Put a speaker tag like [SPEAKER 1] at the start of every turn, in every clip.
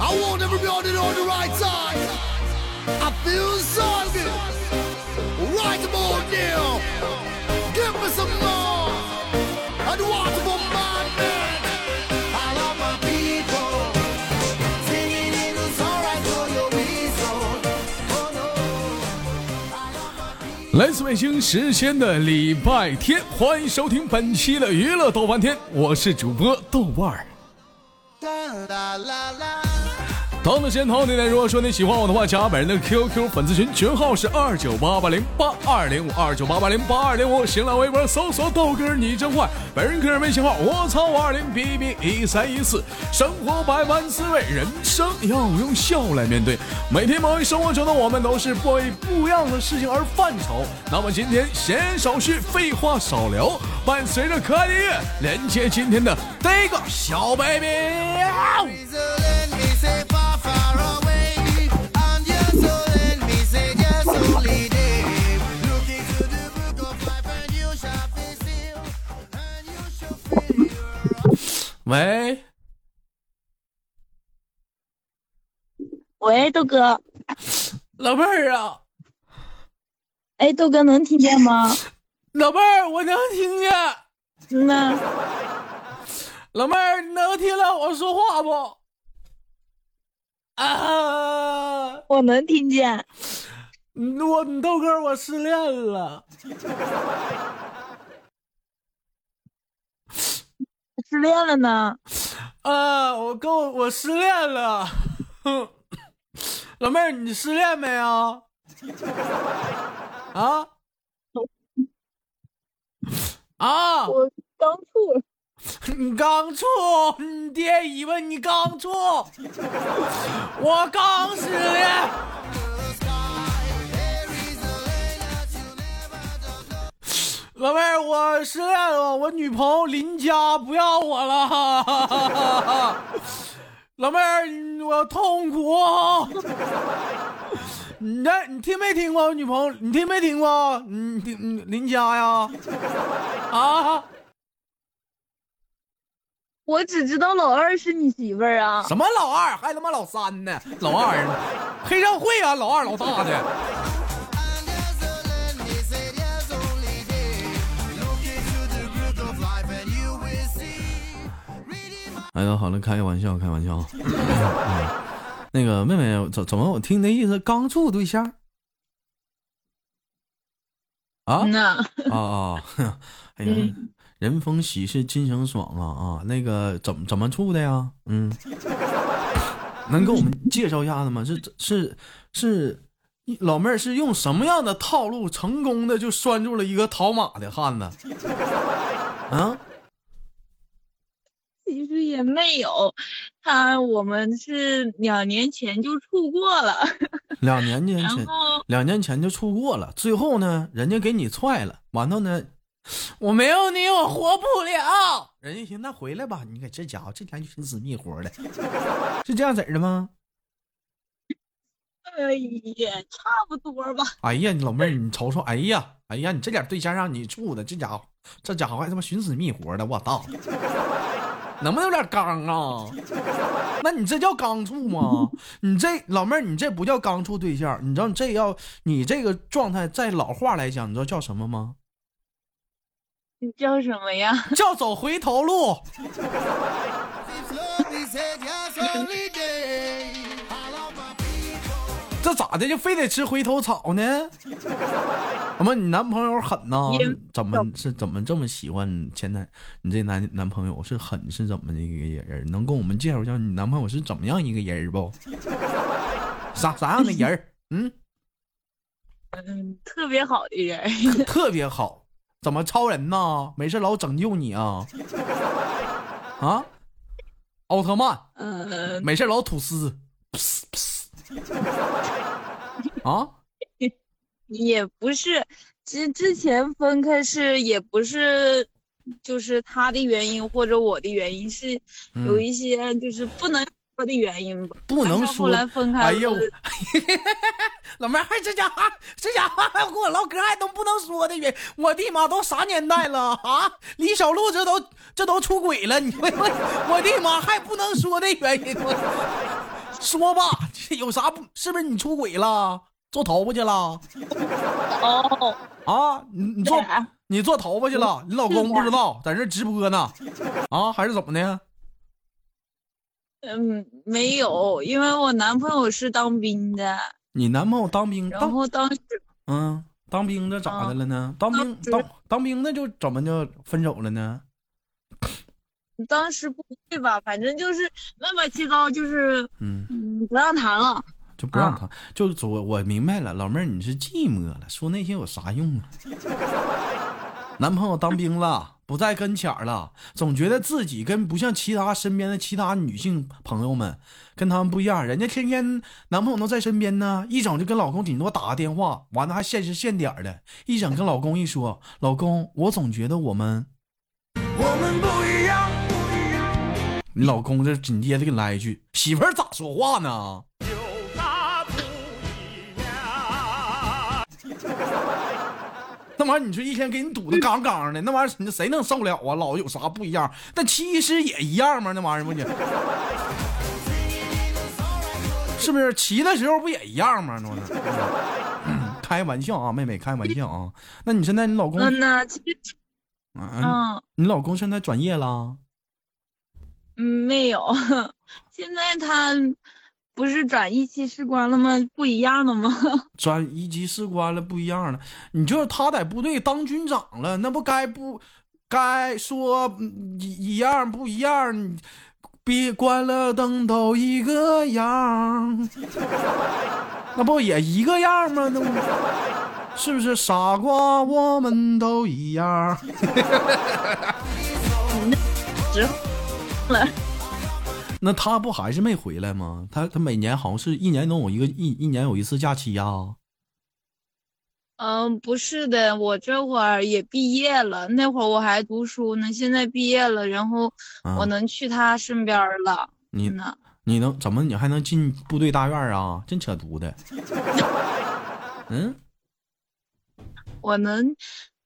[SPEAKER 1] I want everybody on the right side. I feel something right about now. Give me some more. And what for my man? I love my people. Singing in the sunrise for your reason. Oh no. I love my people.
[SPEAKER 2] 来自北京时间的礼拜天，欢迎收听本期的娱乐豆瓣天，我是主播豆瓣儿。
[SPEAKER 1] Da, la, la.
[SPEAKER 2] 同样的时间，同样的地点。如果说你喜欢我的话，加本人的 QQ 粉丝群，群号是二九八八零八二零五二九八八零八二零五。新浪微博搜索豆哥儿你真坏，本人个人微信号我操五二零 b b 一三一四。生活百般滋味，人生要用笑来面对。每天忙于生活中的我们，都是为不一样的事情而犯愁。那么今天闲言少叙，废话少聊，伴随着可爱的音乐，连接今天的第一个小 baby。喂，
[SPEAKER 3] 喂，豆哥，
[SPEAKER 2] 老妹儿啊，
[SPEAKER 3] 哎，豆哥能听见吗？
[SPEAKER 2] 老妹儿，我能听见。
[SPEAKER 3] 嗯呐，
[SPEAKER 2] 老妹儿，你能听到我说话不？啊，
[SPEAKER 3] 我能听见。
[SPEAKER 2] 嗯我你豆哥，我失恋了。
[SPEAKER 3] 失恋了呢？
[SPEAKER 2] 啊，我跟我我失恋了。 哼老妹儿，你失恋没啊？啊？ 啊！
[SPEAKER 3] 我刚处。
[SPEAKER 2] 你刚处，你爹以为你刚处，我刚失恋。老妹儿，我失恋了，我女朋友邻家不要我了。老妹儿，你我痛苦。 你这你听没听过我女朋友？你听没听过？你听你邻家呀？啊？
[SPEAKER 3] 我只知道老二是你媳妇儿啊。
[SPEAKER 2] 什么老二，还他妈老三呢？老二呢，黑社会啊，老二老大的。哎呀，好了，开个玩笑，开玩笑。 嗯那个妹妹，怎怎么我听你的意思，刚处对象？啊
[SPEAKER 3] 嗯呐，
[SPEAKER 2] 啊啊！哼哎呀，人逢喜事精神爽啊啊！那个怎么怎么处的呀？嗯， 能给我们介绍一下子吗？是是是，老妹儿是用什么样的套路成功的就拴住了一个讨马的汉子？啊，
[SPEAKER 3] 其实也没有，他我们是两年前就处过了，
[SPEAKER 2] 两年前
[SPEAKER 3] 然
[SPEAKER 2] 前
[SPEAKER 3] 后
[SPEAKER 2] 两年前就处过了，最后呢，人家给你踹了，完了呢，我没有你我活不了。人家寻思那回来吧，你给这家伙这家伙寻死觅活的， 是这样子儿的吗？
[SPEAKER 3] 呃也差不多吧。
[SPEAKER 2] 哎呀，你老妹儿，你瞅瞅，哎呀，哎呀，你这点对象让你处的，这家伙，这家伙还他妈寻死觅活的，我操！能不能有点刚啊？ 那你这叫刚处吗？你这老妹儿，你这不叫刚处对象，你知道你这要你这个状态，在老话来讲，你知道叫什么吗？
[SPEAKER 3] 你叫什么呀？
[SPEAKER 2] 叫走回头路。这咋的就非得吃回头草呢？怎么你男朋友狠呐
[SPEAKER 3] 也？
[SPEAKER 2] 怎么是怎么这么喜欢你前男你这男男朋友是狠是怎么的一个人？能跟我们介绍一下你男朋友是怎么样一个人不？啥啥样的人儿？嗯，
[SPEAKER 3] 嗯，特别好的人儿，
[SPEAKER 2] 特别好，怎么超人呐？没事老拯救你啊？啊？奥特曼
[SPEAKER 3] 嗯，
[SPEAKER 2] 没事老吐丝， 噗噗啊？
[SPEAKER 3] 也不是，之之前分开是也不是，就是他的原因或者我的原因，是有
[SPEAKER 2] 嗯
[SPEAKER 3] 一些就是不能说的原因吧。
[SPEAKER 2] 不能
[SPEAKER 3] 但是
[SPEAKER 2] 说
[SPEAKER 3] 后来分开
[SPEAKER 2] 哎
[SPEAKER 3] 了，
[SPEAKER 2] 呦，老妹儿，这家伙，这家伙还跟我唠嗑，还都不能说的原，我的妈，都啥年代了啊？李小璐这 都这都出轨了，你我我的妈，还不能说的原因，我说吧，有啥不是不是你出轨了，做头发去了
[SPEAKER 3] 哦，
[SPEAKER 2] 啊？你你做
[SPEAKER 3] 对啊
[SPEAKER 2] 你做头发去了，你老公
[SPEAKER 3] 是啊
[SPEAKER 2] 不
[SPEAKER 3] 的
[SPEAKER 2] 知道，在这直播呢，啊，还是怎么的？
[SPEAKER 3] 嗯，没有，因为我男朋友是当兵的，
[SPEAKER 2] 你男朋友当兵，
[SPEAKER 3] 然
[SPEAKER 2] 当
[SPEAKER 3] 后当时
[SPEAKER 2] 嗯，当兵的咋的了呢？当兵
[SPEAKER 3] 啊当时
[SPEAKER 2] 当当兵的就怎么就分手了呢？
[SPEAKER 3] 当时不会吧，反正就是乱八七糟，就是
[SPEAKER 2] 嗯，
[SPEAKER 3] 嗯不让谈了。
[SPEAKER 2] 就不让
[SPEAKER 3] 啊
[SPEAKER 2] 他，就是我我明白了，老妹儿你是寂寞了，说那些有啥用啊？ 男朋友当兵了，不在跟前儿了，总觉得自己跟不像其他身边的其他女性朋友们，跟他们不一样，人家天天男朋友都在身边呢，一整就跟老公顶多打个电话，完了还限时限点儿的，一整跟老公一说，老公，我总觉得我们
[SPEAKER 1] 我们不一样。
[SPEAKER 2] 你老公这紧接着给你来一句：“媳妇儿咋说话呢
[SPEAKER 1] 有大不一样。？”
[SPEAKER 2] 那玩意儿，你说一天给你堵的杠杠的，那玩意儿你谁能受了啊？老有啥不一样？但其实也一样吗？那玩意儿不你，是不是骑的时候不也一样吗？那玩意儿 嗯开玩笑啊，妹妹，开玩笑啊。那你现在你老公，
[SPEAKER 3] 嗯呐，其实
[SPEAKER 2] 嗯，
[SPEAKER 3] 嗯
[SPEAKER 2] 你老公现在转业了？
[SPEAKER 3] 嗯没有， 现在他不是转一期士官了吗？不一样了吗？
[SPEAKER 2] 转一级士官了，不一样了。你就是他在部队当军长了，那不该不该说嗯一一样不一样？你别关了灯都一个样， 那不也一个样吗？那不是不是傻瓜？我们都一样。
[SPEAKER 3] 之后了，
[SPEAKER 2] 那他不还是没回来吗？他他每年好像是一年能有一个一一年有一次假期呀、
[SPEAKER 3] 嗯，不是的，我这会儿也毕业了，那会儿我还读书呢，现在毕业了，然后
[SPEAKER 2] 啊
[SPEAKER 3] 我能去他身边儿了。
[SPEAKER 2] 你
[SPEAKER 3] 嗯呐，
[SPEAKER 2] 你能怎么？你还能进部队大院啊？真扯犊子！嗯，
[SPEAKER 3] 我能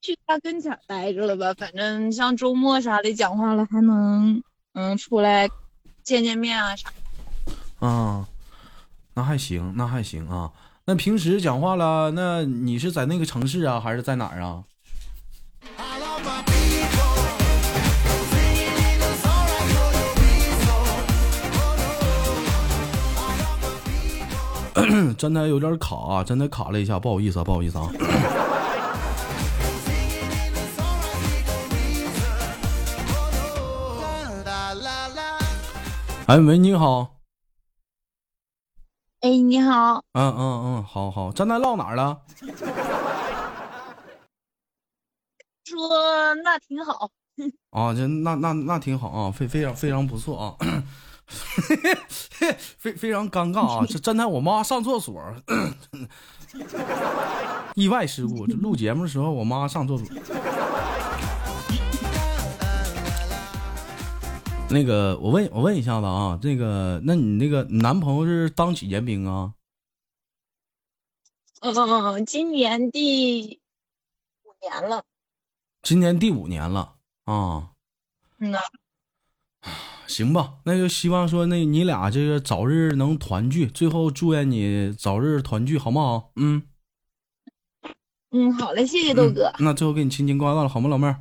[SPEAKER 3] 去他跟前儿待着了吧？反正像周末啥的讲话了，还能嗯出来见见面啊啥。
[SPEAKER 2] 啊，那还行，那还行啊。那平时讲话了，那你是在那个城市啊，还是在哪儿啊？嗯真的有点卡、啊，真的卡了一下，不好意思啊，不好意思啊。哎，喂，你好，
[SPEAKER 3] 哎，你好，
[SPEAKER 2] 嗯嗯嗯，好好，咱俩唠哪儿了？
[SPEAKER 3] 说那挺好，
[SPEAKER 2] 啊，这那那那挺好啊，非非常非常不错啊， 非非常尴尬啊，这站在我妈上厕所，意外事故，这录节目的时候我妈上厕所。那个，我问我问一下子啊，这个，那你那个男朋友是当几年兵啊？
[SPEAKER 3] 嗯，今年第五年了，
[SPEAKER 2] 今年第五年了啊，
[SPEAKER 3] 嗯呐，
[SPEAKER 2] 行吧，那就希望说那你俩这个早日能团聚，最后祝愿你早日团聚，好不好？嗯，
[SPEAKER 3] 嗯，好嘞，谢谢豆哥，
[SPEAKER 2] 那最后给你亲亲挂断了，好吗，老妹 儿？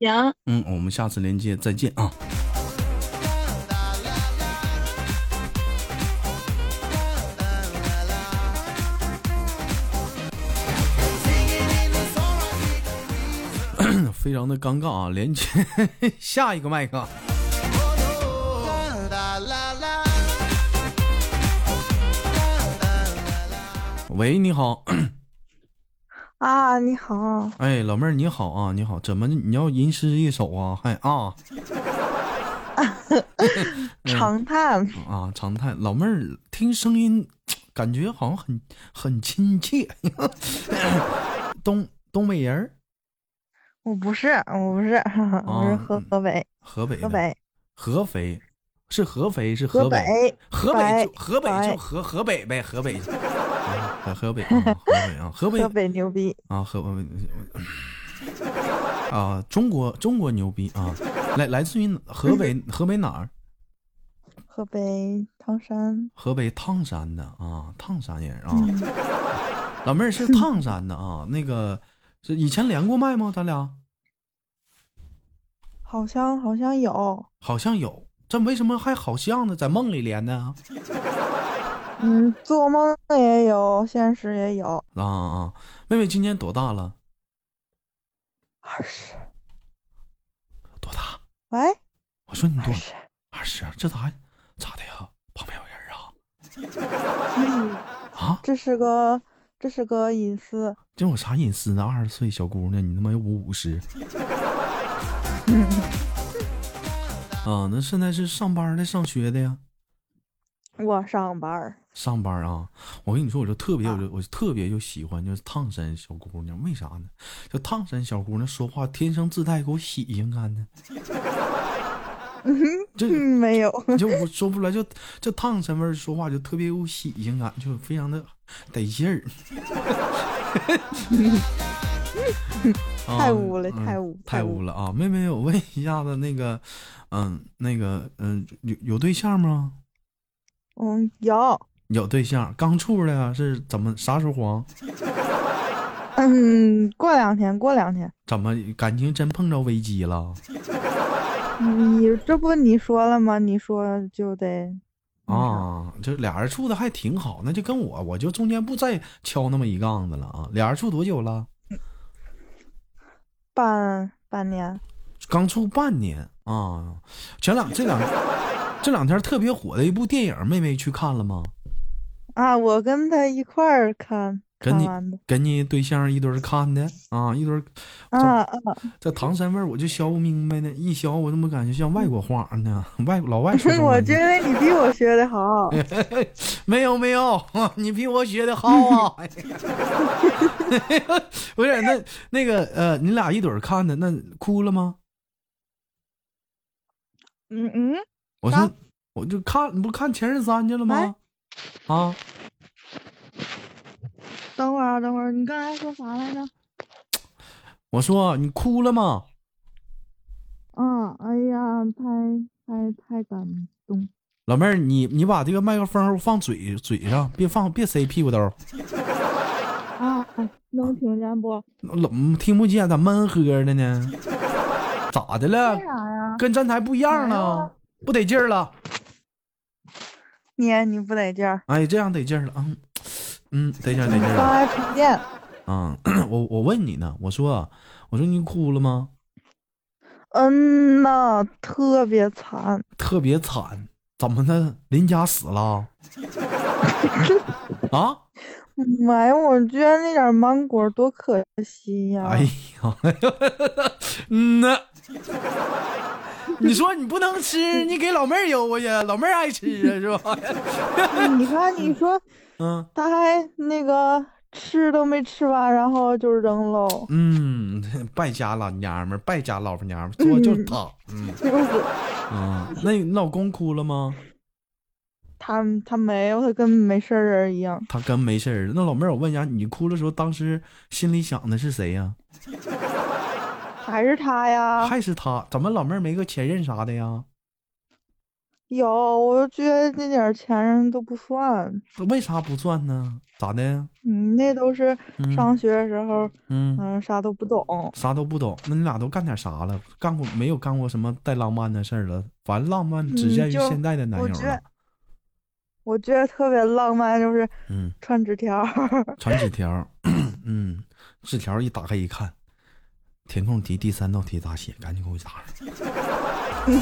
[SPEAKER 3] 行。
[SPEAKER 2] 嗯，我们下次连接再见啊。 非常的尴尬啊，连接 下一个麦克。喂，你好，
[SPEAKER 4] 啊，你好，
[SPEAKER 2] 哎，老妹儿你好啊，你好，怎么你要吟诗一首啊？还、啊？嗯
[SPEAKER 4] 长叹，
[SPEAKER 2] 啊，常态老妹儿听声音，感觉好像很很亲切， 东东北人儿，
[SPEAKER 4] 我不是，我不是，我是河
[SPEAKER 2] 嗯
[SPEAKER 4] 河北，
[SPEAKER 2] 河北的
[SPEAKER 4] 河北，
[SPEAKER 2] 合肥是合肥是
[SPEAKER 4] 河
[SPEAKER 2] 河北
[SPEAKER 4] 北，
[SPEAKER 2] 河北就
[SPEAKER 4] 白
[SPEAKER 2] 河北就
[SPEAKER 4] 白
[SPEAKER 2] 河河北呗河北，啊河北啊河北啊河北
[SPEAKER 4] 河北牛逼，
[SPEAKER 2] 啊河北啊中国中国牛逼啊，来来自于河北河北哪儿？
[SPEAKER 4] 河北唐山，嗯
[SPEAKER 2] 河北唐山的啊，唐山人啊，老妹儿是唐山的啊。 那个是以前连过麦吗？咱俩
[SPEAKER 4] 好像好像有，
[SPEAKER 2] 好像有，这为什么还好像呢？在梦里连的啊
[SPEAKER 4] 嗯，做梦也有，现实也有。
[SPEAKER 2] 啊啊！妹妹今年多大了？
[SPEAKER 4] 二十，
[SPEAKER 2] 多大？
[SPEAKER 4] 喂，
[SPEAKER 2] 我说你多
[SPEAKER 4] 二十，
[SPEAKER 2] 二十，啊这咋咋的呀？旁边有人啊？
[SPEAKER 4] 嗯，
[SPEAKER 2] 啊，
[SPEAKER 4] 这是个这是个隐私，
[SPEAKER 2] 这有啥隐私啊？二十岁小姑娘，你他妈又不五十？ 啊，那现在是上班的，上学的呀？
[SPEAKER 4] 我上班儿，
[SPEAKER 2] 上班啊！我跟你说，我就特
[SPEAKER 4] 啊
[SPEAKER 2] 别，我就我就特别就喜欢就是烫山小姑娘，为啥呢？就烫山小姑娘说话天生自带一股喜庆感呢。这
[SPEAKER 4] 嗯，没有，
[SPEAKER 2] 你就我说不出来，就就烫身份说话就特别有喜庆感，就非常的得劲 儿。啊
[SPEAKER 4] 太污了
[SPEAKER 2] 嗯
[SPEAKER 4] 太污
[SPEAKER 2] 太
[SPEAKER 4] 太污
[SPEAKER 2] 污了啊！妹妹，我问一下子，那个，嗯，那个，嗯，有有对象吗？
[SPEAKER 4] 嗯，有，
[SPEAKER 2] 有对象，刚处的呀？是怎么啥时候黄？
[SPEAKER 4] 嗯，过两天，过两天，
[SPEAKER 2] 怎么感情真碰着危机了
[SPEAKER 4] 你这不你说了吗？你说就得
[SPEAKER 2] 啊？这俩人处的还挺好，那就跟我，我就中间不再敲那么一杠子了啊！俩人处多久了？
[SPEAKER 4] 半半年，
[SPEAKER 2] 刚出半年啊，前两这两这两天特别火的一部电影，妹妹去看了吗？
[SPEAKER 4] 啊，我跟他一块儿看
[SPEAKER 2] 跟
[SPEAKER 4] 看
[SPEAKER 2] 你
[SPEAKER 4] 完的
[SPEAKER 2] 跟你对象一堆儿看的啊，一堆儿
[SPEAKER 4] 啊啊，
[SPEAKER 2] 这唐山味儿我就学不明白呢，一学我怎么感觉像外国话呢？ 外老外说中
[SPEAKER 4] 我
[SPEAKER 2] 文
[SPEAKER 4] 觉得你比我学的 好，
[SPEAKER 2] 没有没有， 你比我学的好啊！ 不是那那个呃，你俩一堆儿看的，那哭了吗？
[SPEAKER 4] 嗯嗯，
[SPEAKER 2] 我
[SPEAKER 4] 啥哎
[SPEAKER 2] 说我就看，你不看前任三去了吗？啊，
[SPEAKER 4] 等会儿啊，等会儿，你刚才说啥来着？
[SPEAKER 2] 我说你哭了吗？
[SPEAKER 4] 啊，哎呀，太太太感动，
[SPEAKER 2] 老妹儿，你你把这个麦克风放嘴嘴上，别放别塞屁股兜儿，
[SPEAKER 4] 啊，啊能听见不？
[SPEAKER 2] 老嗯听不见，咋闷呵的 呢？咋的了
[SPEAKER 4] 为？啥呀？
[SPEAKER 2] 跟站台不一样
[SPEAKER 4] 没有
[SPEAKER 2] 了
[SPEAKER 4] 啊，
[SPEAKER 2] 不得劲儿了。
[SPEAKER 4] 你你不得劲儿，
[SPEAKER 2] 哎，这样得劲儿了，嗯嗯，得劲儿得劲儿
[SPEAKER 4] 刚
[SPEAKER 2] 了
[SPEAKER 4] 才充电
[SPEAKER 2] 啊、我我问你呢，我说啊我说你哭了吗？
[SPEAKER 4] 嗯呐，特别惨，
[SPEAKER 2] 特别惨，怎么的？林家死了？ 啊？
[SPEAKER 4] 妈哎呀！我觉得那点芒果多可惜呀！
[SPEAKER 2] 哎呀，嗯呐， 你说你不能吃，你给老妹儿邮过去，老妹儿爱吃啊，是吧？
[SPEAKER 4] 哎你看，你说
[SPEAKER 2] 嗯
[SPEAKER 4] 他还那个吃都没吃完，然后就扔喽，
[SPEAKER 2] 嗯，败家老娘们儿，败家老婆娘们儿，说就是她，嗯
[SPEAKER 4] 就是
[SPEAKER 2] 嗯，那你老公哭了吗？
[SPEAKER 4] 他他没有，他跟没事人一样。
[SPEAKER 2] 他跟没事儿。那老妹儿，我问一下，你哭的时候，当时心里想的是谁呀、
[SPEAKER 4] 还是他呀？
[SPEAKER 2] 还是他？怎么老妹儿没个前任啥的呀？
[SPEAKER 4] 有，我就觉得那点前任都不算，
[SPEAKER 2] 为啥不算呢？咋的？
[SPEAKER 4] 嗯，那都是
[SPEAKER 2] 嗯
[SPEAKER 4] 上学的时候，
[SPEAKER 2] 嗯。
[SPEAKER 4] 嗯，啥都不懂。
[SPEAKER 2] 啥都不懂，那你俩都干点啥了？干过没有干过什么带浪漫的事儿了？反浪漫只
[SPEAKER 4] 嗯
[SPEAKER 2] 限于
[SPEAKER 4] 就
[SPEAKER 2] 现在的男
[SPEAKER 4] 我
[SPEAKER 2] 友
[SPEAKER 4] 觉
[SPEAKER 2] 了
[SPEAKER 4] 得。我觉得特别浪漫，就是
[SPEAKER 2] 嗯，
[SPEAKER 4] 传纸条儿，
[SPEAKER 2] 传纸条儿，嗯，纸条儿一打开一看，填空题第三道题咋写？赶紧给我答上。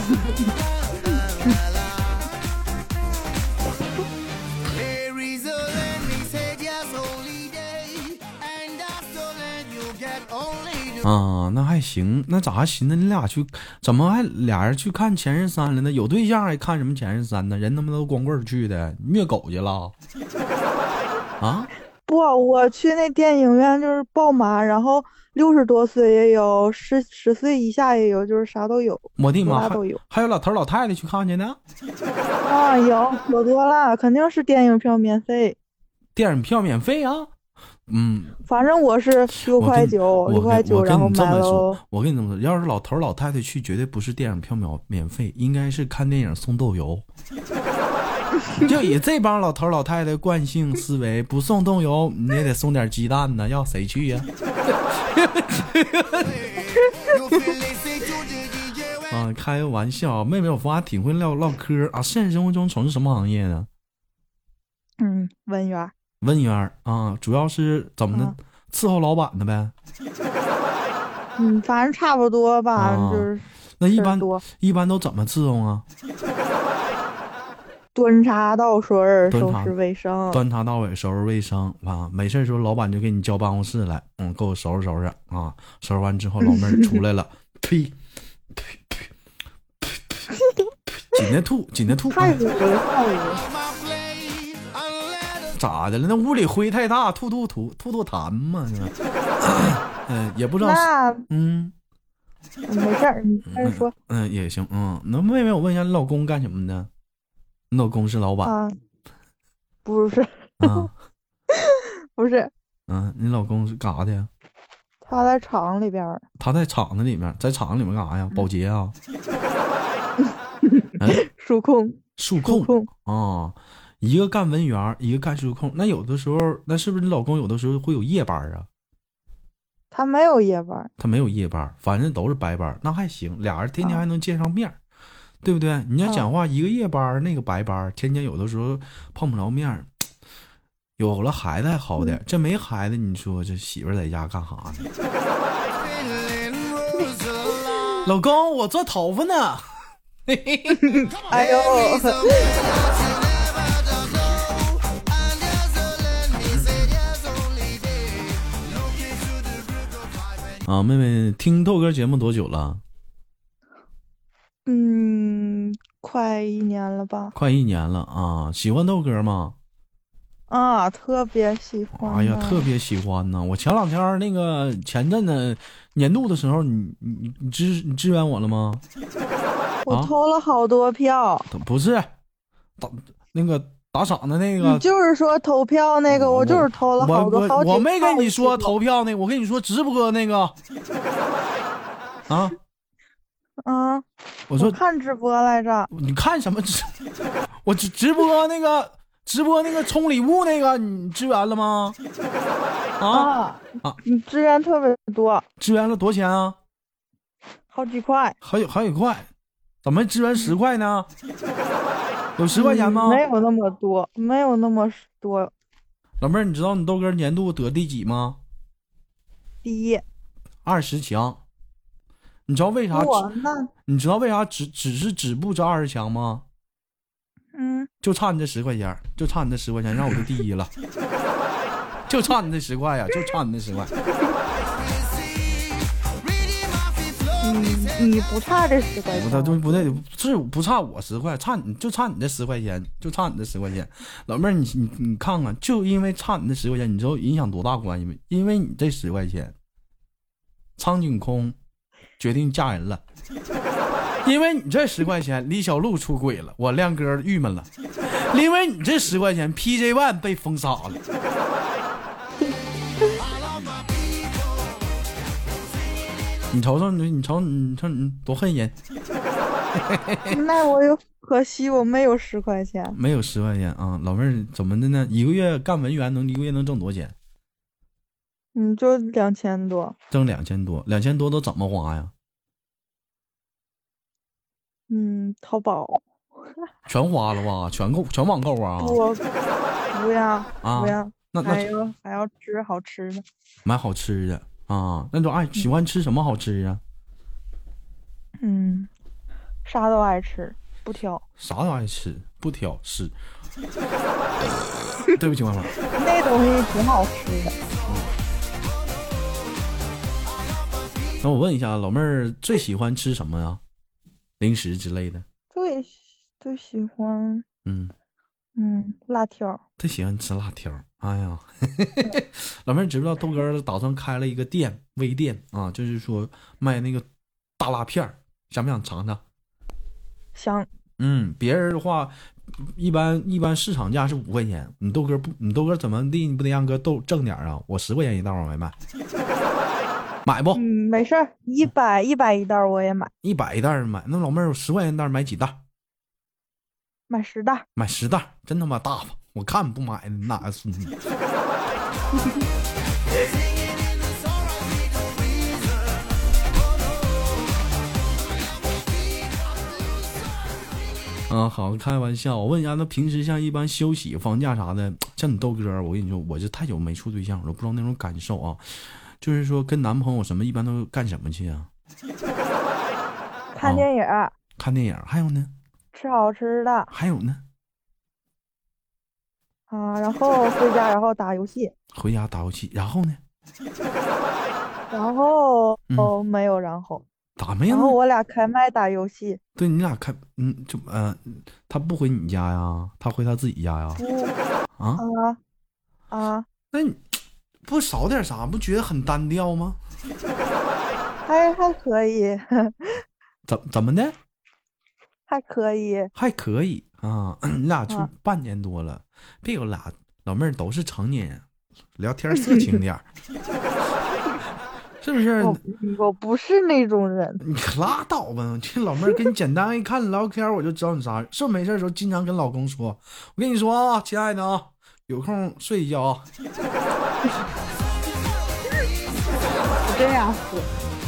[SPEAKER 1] There is a land they said yes holy day, and that's the land you get only the
[SPEAKER 2] 啊，那还行，那咋还寻思你俩去？怎么还俩人去看前任三了呢？有对象还看什么前任三呢？人他妈都光棍儿去的，虐狗去了。啊，
[SPEAKER 4] 不，我去那电影院就是爆满，然后六十多岁也有，十十岁以下也有，就是啥都有，
[SPEAKER 2] 我的
[SPEAKER 4] 多
[SPEAKER 2] 妈，
[SPEAKER 4] 大
[SPEAKER 2] 还
[SPEAKER 4] 都有
[SPEAKER 2] 还有老头儿老太太去看去呢？
[SPEAKER 4] 啊，有可多了，肯定是电影票免费，
[SPEAKER 2] 电影票免费啊？嗯，
[SPEAKER 4] 反正我是六
[SPEAKER 2] 我
[SPEAKER 4] 块
[SPEAKER 2] 跟
[SPEAKER 4] 九，
[SPEAKER 2] 我
[SPEAKER 4] 六
[SPEAKER 2] 跟
[SPEAKER 4] 块九，
[SPEAKER 2] 我
[SPEAKER 4] 然
[SPEAKER 2] 跟
[SPEAKER 4] 后
[SPEAKER 2] 你这
[SPEAKER 4] 买
[SPEAKER 2] 么
[SPEAKER 4] 喽
[SPEAKER 2] 说，，我跟你这么说，要是老头儿老太太去，绝对不是电影票免免费，应该是看电影送豆油。 就以这帮老头老太太惯性思维，不送冻油你也得送点鸡蛋呢，要谁去呀、啊？开个玩笑，妹妹，我发现挺会唠唠嗑啊。现实生活中从事什么行业呢？
[SPEAKER 4] 嗯，文员儿
[SPEAKER 2] 文员儿啊，主要是怎么的，
[SPEAKER 4] 啊
[SPEAKER 2] 伺候老板的呗。
[SPEAKER 4] 嗯，反正差不多吧，
[SPEAKER 2] 啊
[SPEAKER 4] 就是
[SPEAKER 2] 那一
[SPEAKER 4] 事儿
[SPEAKER 2] 般
[SPEAKER 4] 多
[SPEAKER 2] 一般都怎么伺候啊？
[SPEAKER 4] 端茶倒水儿，
[SPEAKER 2] 端
[SPEAKER 4] 收
[SPEAKER 2] 茶
[SPEAKER 4] 拾卫生。
[SPEAKER 2] 端茶倒水，收拾卫生啊。没事儿的时候，老板就给你叫办公室来，嗯，给我收拾收拾啊。收拾完之后，老妹儿出来了，呸，呸呸呸，紧着吐，紧着吐，
[SPEAKER 4] 太
[SPEAKER 2] 哎
[SPEAKER 4] 恶了，太恶了！
[SPEAKER 2] 咋的了？那屋里灰太大，吐吐吐吐吐痰嘛，是吧？ 嗯，也不知道是，
[SPEAKER 4] 那
[SPEAKER 2] 嗯
[SPEAKER 4] 没事儿，你接着
[SPEAKER 2] 嗯
[SPEAKER 4] 说
[SPEAKER 2] 嗯也行，嗯。那妹妹，我问一下，你老公干什么的？你老公是老板
[SPEAKER 4] 啊。不是，
[SPEAKER 2] 啊？
[SPEAKER 4] 不是，
[SPEAKER 2] 嗯，你老公是干啥的呀？
[SPEAKER 4] 他在厂里边儿，
[SPEAKER 2] 他在厂子里面，在厂子里面干啥呀？保洁 啊？
[SPEAKER 4] 数控，
[SPEAKER 2] 数控
[SPEAKER 4] 数控，
[SPEAKER 2] 啊，一个干文员儿，一个干数控。那有的时候，那是不是你老公有的时候会有夜班儿啊？
[SPEAKER 4] 他没有夜班儿，
[SPEAKER 2] 他没有夜班儿，反正都是白班儿，那还行，俩人天天
[SPEAKER 4] 啊
[SPEAKER 2] 还能见上面儿，对不对？你要讲话，一个夜班儿，那个白班儿，天天有的时候碰不着面儿。有了孩子还好点儿，这没孩子，你说这媳妇儿在家干啥呢？老公，我做头发呢。
[SPEAKER 4] 哎呦，
[SPEAKER 2] 啊，妹妹，听豆哥节目多久了？
[SPEAKER 4] 嗯，快一年了吧？
[SPEAKER 2] 快一年了啊！喜欢豆哥吗？
[SPEAKER 4] 啊，特别喜欢呢。
[SPEAKER 2] 哎呀，特别喜欢呢！我前两天儿那个前阵子年度的时候，你你你你支你支援我了吗？
[SPEAKER 4] 我
[SPEAKER 2] 啊
[SPEAKER 4] 投了好多票，
[SPEAKER 2] 不是，打那个打赏的那
[SPEAKER 4] 你
[SPEAKER 2] 个，
[SPEAKER 4] 就是说投票那个，
[SPEAKER 2] 我
[SPEAKER 4] 我就是投了好
[SPEAKER 2] 我
[SPEAKER 4] 多好
[SPEAKER 2] 我
[SPEAKER 4] 几
[SPEAKER 2] 我没跟
[SPEAKER 4] 套
[SPEAKER 2] 你说
[SPEAKER 4] 票
[SPEAKER 2] 投票那个，我跟你说直播那个啊，
[SPEAKER 4] 啊，
[SPEAKER 2] 我说
[SPEAKER 4] 看直播来着，
[SPEAKER 2] 你看什么直？我直直播那个直播那个充礼物那个，你支援了吗？啊，
[SPEAKER 4] 啊
[SPEAKER 2] 啊，
[SPEAKER 4] 你资源特别多，
[SPEAKER 2] 支援了多少钱啊？
[SPEAKER 4] 好几块，
[SPEAKER 2] 还有还有一块，怎么支援十块呢？有十块钱吗
[SPEAKER 4] 嗯？没有那么多，没有那么多。
[SPEAKER 2] 老妹儿，你知道你豆哥年度得第几吗？
[SPEAKER 4] 第一，
[SPEAKER 2] 二十强。你知道为啥只？
[SPEAKER 4] 我那
[SPEAKER 2] 你知道为啥只只是止步这二十强吗？
[SPEAKER 4] 嗯，
[SPEAKER 2] 就差你这十块钱儿，就差你这十块钱，让我就第一了。就差你那十块呀、就差你那十块。
[SPEAKER 4] 你不差这十块
[SPEAKER 2] 不
[SPEAKER 4] 钱
[SPEAKER 2] 对，，对不对，是不差我十块，差你就差你这十块钱，就差你这十块钱。老妹儿，你你你看看，就因为差你这十块钱，你知道影响多大关系没？因为你这十块钱，苍井空决定嫁人了，因为你这十块钱，李小璐出轨了，我亮哥郁闷了，因为你这十块钱，PJ One 被封杀了。你瞅瞅你，你瞅你，你瞅你多恨人。
[SPEAKER 4] 那我又可惜我没有十块钱，
[SPEAKER 2] 没有十块钱啊，老妹儿怎么的呢？一个月干文员能一个月能挣多少钱？
[SPEAKER 4] 你嗯就两千多，
[SPEAKER 2] 挣两千多，两千多都怎么花呀？
[SPEAKER 4] 嗯，淘宝
[SPEAKER 2] 全花了吧？全购，全网购啊？
[SPEAKER 4] 不不要
[SPEAKER 2] 啊
[SPEAKER 4] 不要，
[SPEAKER 2] 那
[SPEAKER 4] 还
[SPEAKER 2] 那
[SPEAKER 4] 要还要吃好吃的，
[SPEAKER 2] 买好吃的啊？那都爱喜欢吃什么好吃啊？
[SPEAKER 4] 嗯，啥都爱吃，不挑。
[SPEAKER 2] 啥都爱吃，不挑食。 对不起，妈妈。
[SPEAKER 4] 那东西挺好吃的。
[SPEAKER 2] 那我问一下，老妹儿最喜欢吃什么呀？零食之类的？
[SPEAKER 4] 最最喜欢
[SPEAKER 2] 嗯，
[SPEAKER 4] 嗯辣条，
[SPEAKER 2] 最喜欢吃辣条。哎呀， 老妹儿知不知道豆哥儿打算开了一个店，微店啊，就是说卖那个大辣片儿，想不想尝尝？
[SPEAKER 4] 香
[SPEAKER 2] 嗯，别人的话，一般一般市场价是五块钱，你豆哥不，你豆哥怎么地，你不得让哥豆挣点儿啊？我十块钱一袋往外卖， 买不
[SPEAKER 4] 嗯没事儿，一百一百一袋儿我也买，
[SPEAKER 2] 一百一袋儿买，那老妹儿我十块钱一袋儿买几袋儿？
[SPEAKER 4] 买十袋儿。
[SPEAKER 2] 买十袋儿，真他妈大方！我看不买你哪个孙子？啊，好，开玩笑。我问一下，那平时像一般休息、放假啥的，像你豆哥儿，我跟你说，我这太久没处对象，我都不知道那种感受啊。就是说，跟男朋友什么，一般都干什么去啊？
[SPEAKER 4] 看
[SPEAKER 2] 哦
[SPEAKER 4] 电影儿，
[SPEAKER 2] 看电影儿，还有呢，
[SPEAKER 4] 吃好吃的
[SPEAKER 2] 还有呢，
[SPEAKER 4] 啊，然后回家，然后打游戏，
[SPEAKER 2] 回家打游戏，然后呢，
[SPEAKER 4] 然后
[SPEAKER 2] 嗯
[SPEAKER 4] 哦没有然后，
[SPEAKER 2] 咋没有呢？
[SPEAKER 4] 然后我俩开麦打游戏，
[SPEAKER 2] 对你俩开，嗯，就呃，他不回你家呀，他回他自己家呀，
[SPEAKER 4] 不
[SPEAKER 2] 啊，
[SPEAKER 4] 啊啊，
[SPEAKER 2] 那你不少点啥，不觉得很单调吗？
[SPEAKER 4] 还还可以，
[SPEAKER 2] 怎怎么的？
[SPEAKER 4] 还可以，
[SPEAKER 2] 还可以啊， 你俩处
[SPEAKER 4] 啊
[SPEAKER 2] 半年多了，别有俩老妹儿都是成年人，聊天色情点儿，是不是？
[SPEAKER 4] 我我不是那种人，
[SPEAKER 2] 你可拉倒吧！这老妹儿跟你简单一看聊天，我就知道你啥人。是不是没事儿的时候经常跟老公说，我跟你说啊，亲爱的啊，有空睡一觉啊。
[SPEAKER 4] 不 这样说，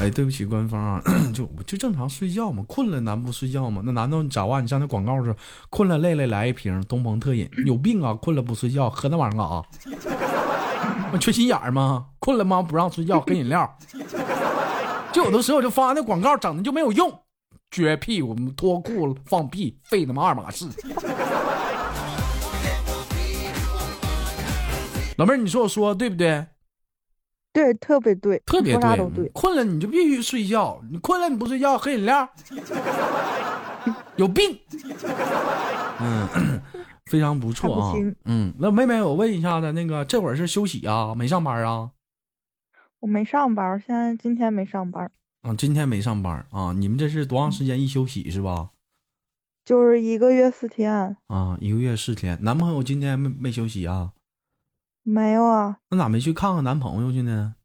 [SPEAKER 2] 哎，对不起，官方啊，就我就正常睡觉嘛，困了咱不睡觉嘛？那难道你咋话？你上那广告是困了累了来一瓶东鹏特饮，有病啊！困了不睡觉，喝那玩意儿干啥？ 我缺心眼儿吗？困了吗？不让睡觉，喝饮料。就有的时候就发那广告，整的就没有用，撅屁股脱裤子放屁，费他妈二码事。 老妹儿，你说我说的对不对？
[SPEAKER 4] 对，特别对，
[SPEAKER 2] 特别
[SPEAKER 4] 说啥
[SPEAKER 2] 对，嗯
[SPEAKER 4] 都对，
[SPEAKER 2] 困了你就必须睡觉，你困了你不睡觉喝饮料， 有病。 嗯，非常不错啊
[SPEAKER 4] 看不清。
[SPEAKER 2] 嗯，那妹妹，我问一下子，那个这会儿是休息啊，没上班啊？
[SPEAKER 4] 我没上班儿，现在今天没上班儿，
[SPEAKER 2] 啊，今天没上班啊？你们这是多长时间一休息是吧？
[SPEAKER 4] 就是一个月四天，
[SPEAKER 2] 啊，一个月四天。男朋友今天没没休息啊？
[SPEAKER 4] 没有啊，
[SPEAKER 2] 那咋没去看看男朋友去呢？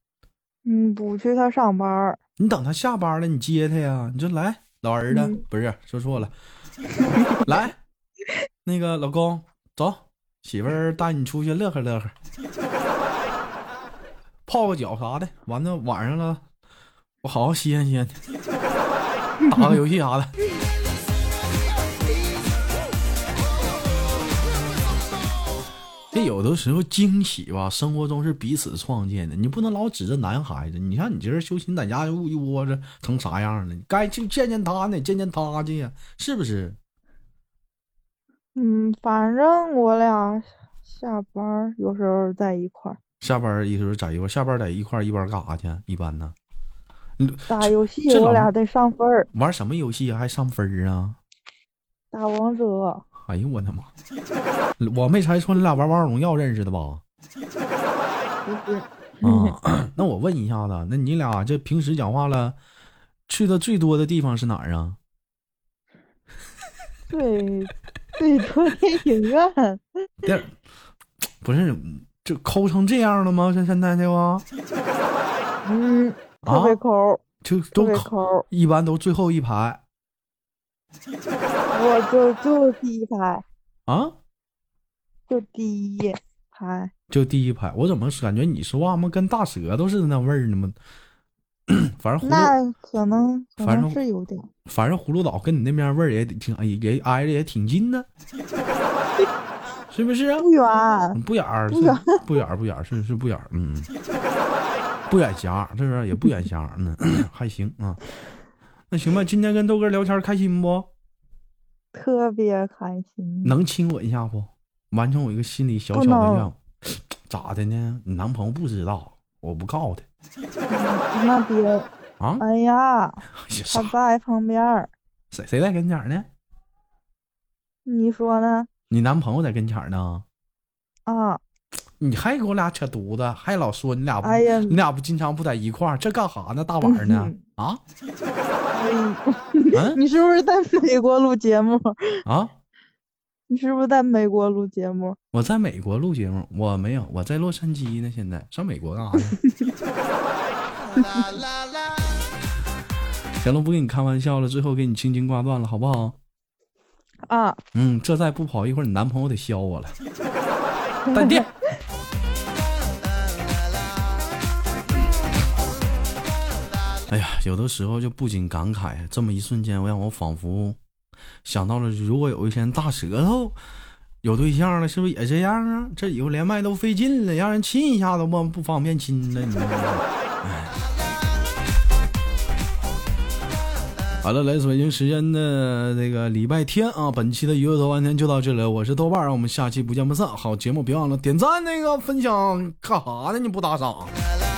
[SPEAKER 4] 嗯，不去他上班儿，
[SPEAKER 2] 你等他下班了，你接他呀。你说来，老儿子、
[SPEAKER 4] 嗯
[SPEAKER 2] 不是说错了， 来，那个老公走，媳妇儿带你出去乐呵乐呵， 泡个脚啥的。完了晚上了，我好好歇歇去，打个游戏啥的。这有的时候惊喜吧，生活中是彼此创建的，你不能老指着男孩子。你像你这人休息，你在家一窝着，成啥样了？你该去见见他，你得见见他去呀，是不是？
[SPEAKER 4] 嗯，反正我俩下班儿有时候在一块儿
[SPEAKER 2] 下班儿一时候在一块儿，下班儿在一块儿，一般儿干啥去？啊一般呢？你
[SPEAKER 4] 打游戏
[SPEAKER 2] 这，老
[SPEAKER 4] 我俩
[SPEAKER 2] 妹
[SPEAKER 4] 得上分儿，
[SPEAKER 2] 玩什么游戏啊？还上分儿啊？
[SPEAKER 4] 打王者，
[SPEAKER 2] 哎呦我的妈！ 我没猜错，你俩玩王者荣耀认识的吧？
[SPEAKER 4] 不是，
[SPEAKER 2] 啊， 那我问一下子，那你俩这平时讲话了，去的最多的地方是哪儿啊？
[SPEAKER 4] 最最多电影 院，
[SPEAKER 2] 电影不是就抠成这样了吗？像现在这不
[SPEAKER 4] 嗯，特别
[SPEAKER 2] 啊
[SPEAKER 4] 抠儿，
[SPEAKER 2] 就
[SPEAKER 4] 特
[SPEAKER 2] 都
[SPEAKER 4] 别
[SPEAKER 2] 抠，
[SPEAKER 4] 抠儿，
[SPEAKER 2] 一般都最后一排
[SPEAKER 4] 我就就第一排，
[SPEAKER 2] 啊，
[SPEAKER 4] 就第一排，
[SPEAKER 2] 就第一排。我怎么感觉你说话嘛跟大舌头似的那味儿呢嘛？反正葫芦，
[SPEAKER 4] 那可能可
[SPEAKER 2] 反
[SPEAKER 4] 能
[SPEAKER 2] 正
[SPEAKER 4] 是有点儿，
[SPEAKER 2] 反正葫芦岛跟你那边味儿也挺也也挨着也挺近的，是不是啊？
[SPEAKER 4] 不远，
[SPEAKER 2] 不远儿，
[SPEAKER 4] 不远
[SPEAKER 2] 是不远儿，不远儿，是是不远儿，嗯，不远狭，是不是也不远狭？嗯， 还行啊。那行吧，今天跟豆哥聊天儿开心不？
[SPEAKER 4] 特别开心。
[SPEAKER 2] 能亲我一下不？完成我一个心里小
[SPEAKER 4] 不
[SPEAKER 2] 小的
[SPEAKER 4] 能
[SPEAKER 2] 愿望。 咋的呢？你男朋友不知道，我不告诉
[SPEAKER 4] 那边，
[SPEAKER 2] 他啊？
[SPEAKER 4] 哎呀，
[SPEAKER 2] 哎呀
[SPEAKER 4] 他
[SPEAKER 2] 啥
[SPEAKER 4] 在旁边儿，
[SPEAKER 2] 谁谁在跟前儿呢？
[SPEAKER 4] 你说呢？
[SPEAKER 2] 你男朋友在跟前儿呢？
[SPEAKER 4] 啊，
[SPEAKER 2] 你还给我俩扯犊子，还老说你俩不，
[SPEAKER 4] 哎呀嗯
[SPEAKER 2] 你俩不经常不在一块儿，这干哈呢？大晚上的啊？
[SPEAKER 4] 哎
[SPEAKER 2] 嗯
[SPEAKER 4] 你是不是在美国录节目？
[SPEAKER 2] 啊？
[SPEAKER 4] 你是不是在美国录节目？
[SPEAKER 2] 我在美国录节目，我没有，我在洛杉矶呢。现在上美国干啥去？行了，不跟你开玩笑了，最后给你轻轻挂断了，好不好？
[SPEAKER 4] 啊，
[SPEAKER 2] 嗯，这再不跑，一会儿你男朋友得削我了。淡定。哎呀，有的时候就不禁感慨，这么一瞬间，我让我仿佛想到了，如果有一天大舌头有对象了，是不是也这样啊？这以后连麦都费劲了，让人亲一下都不不方便亲了，你知道吗？好了，来自北京时间的这个礼拜天啊，本期的娱乐豆瓣天就到这里了，我是豆瓣儿，让我们下期不见不散。好节目别忘了点赞、那个分享，干啥呢？你不打赏？啊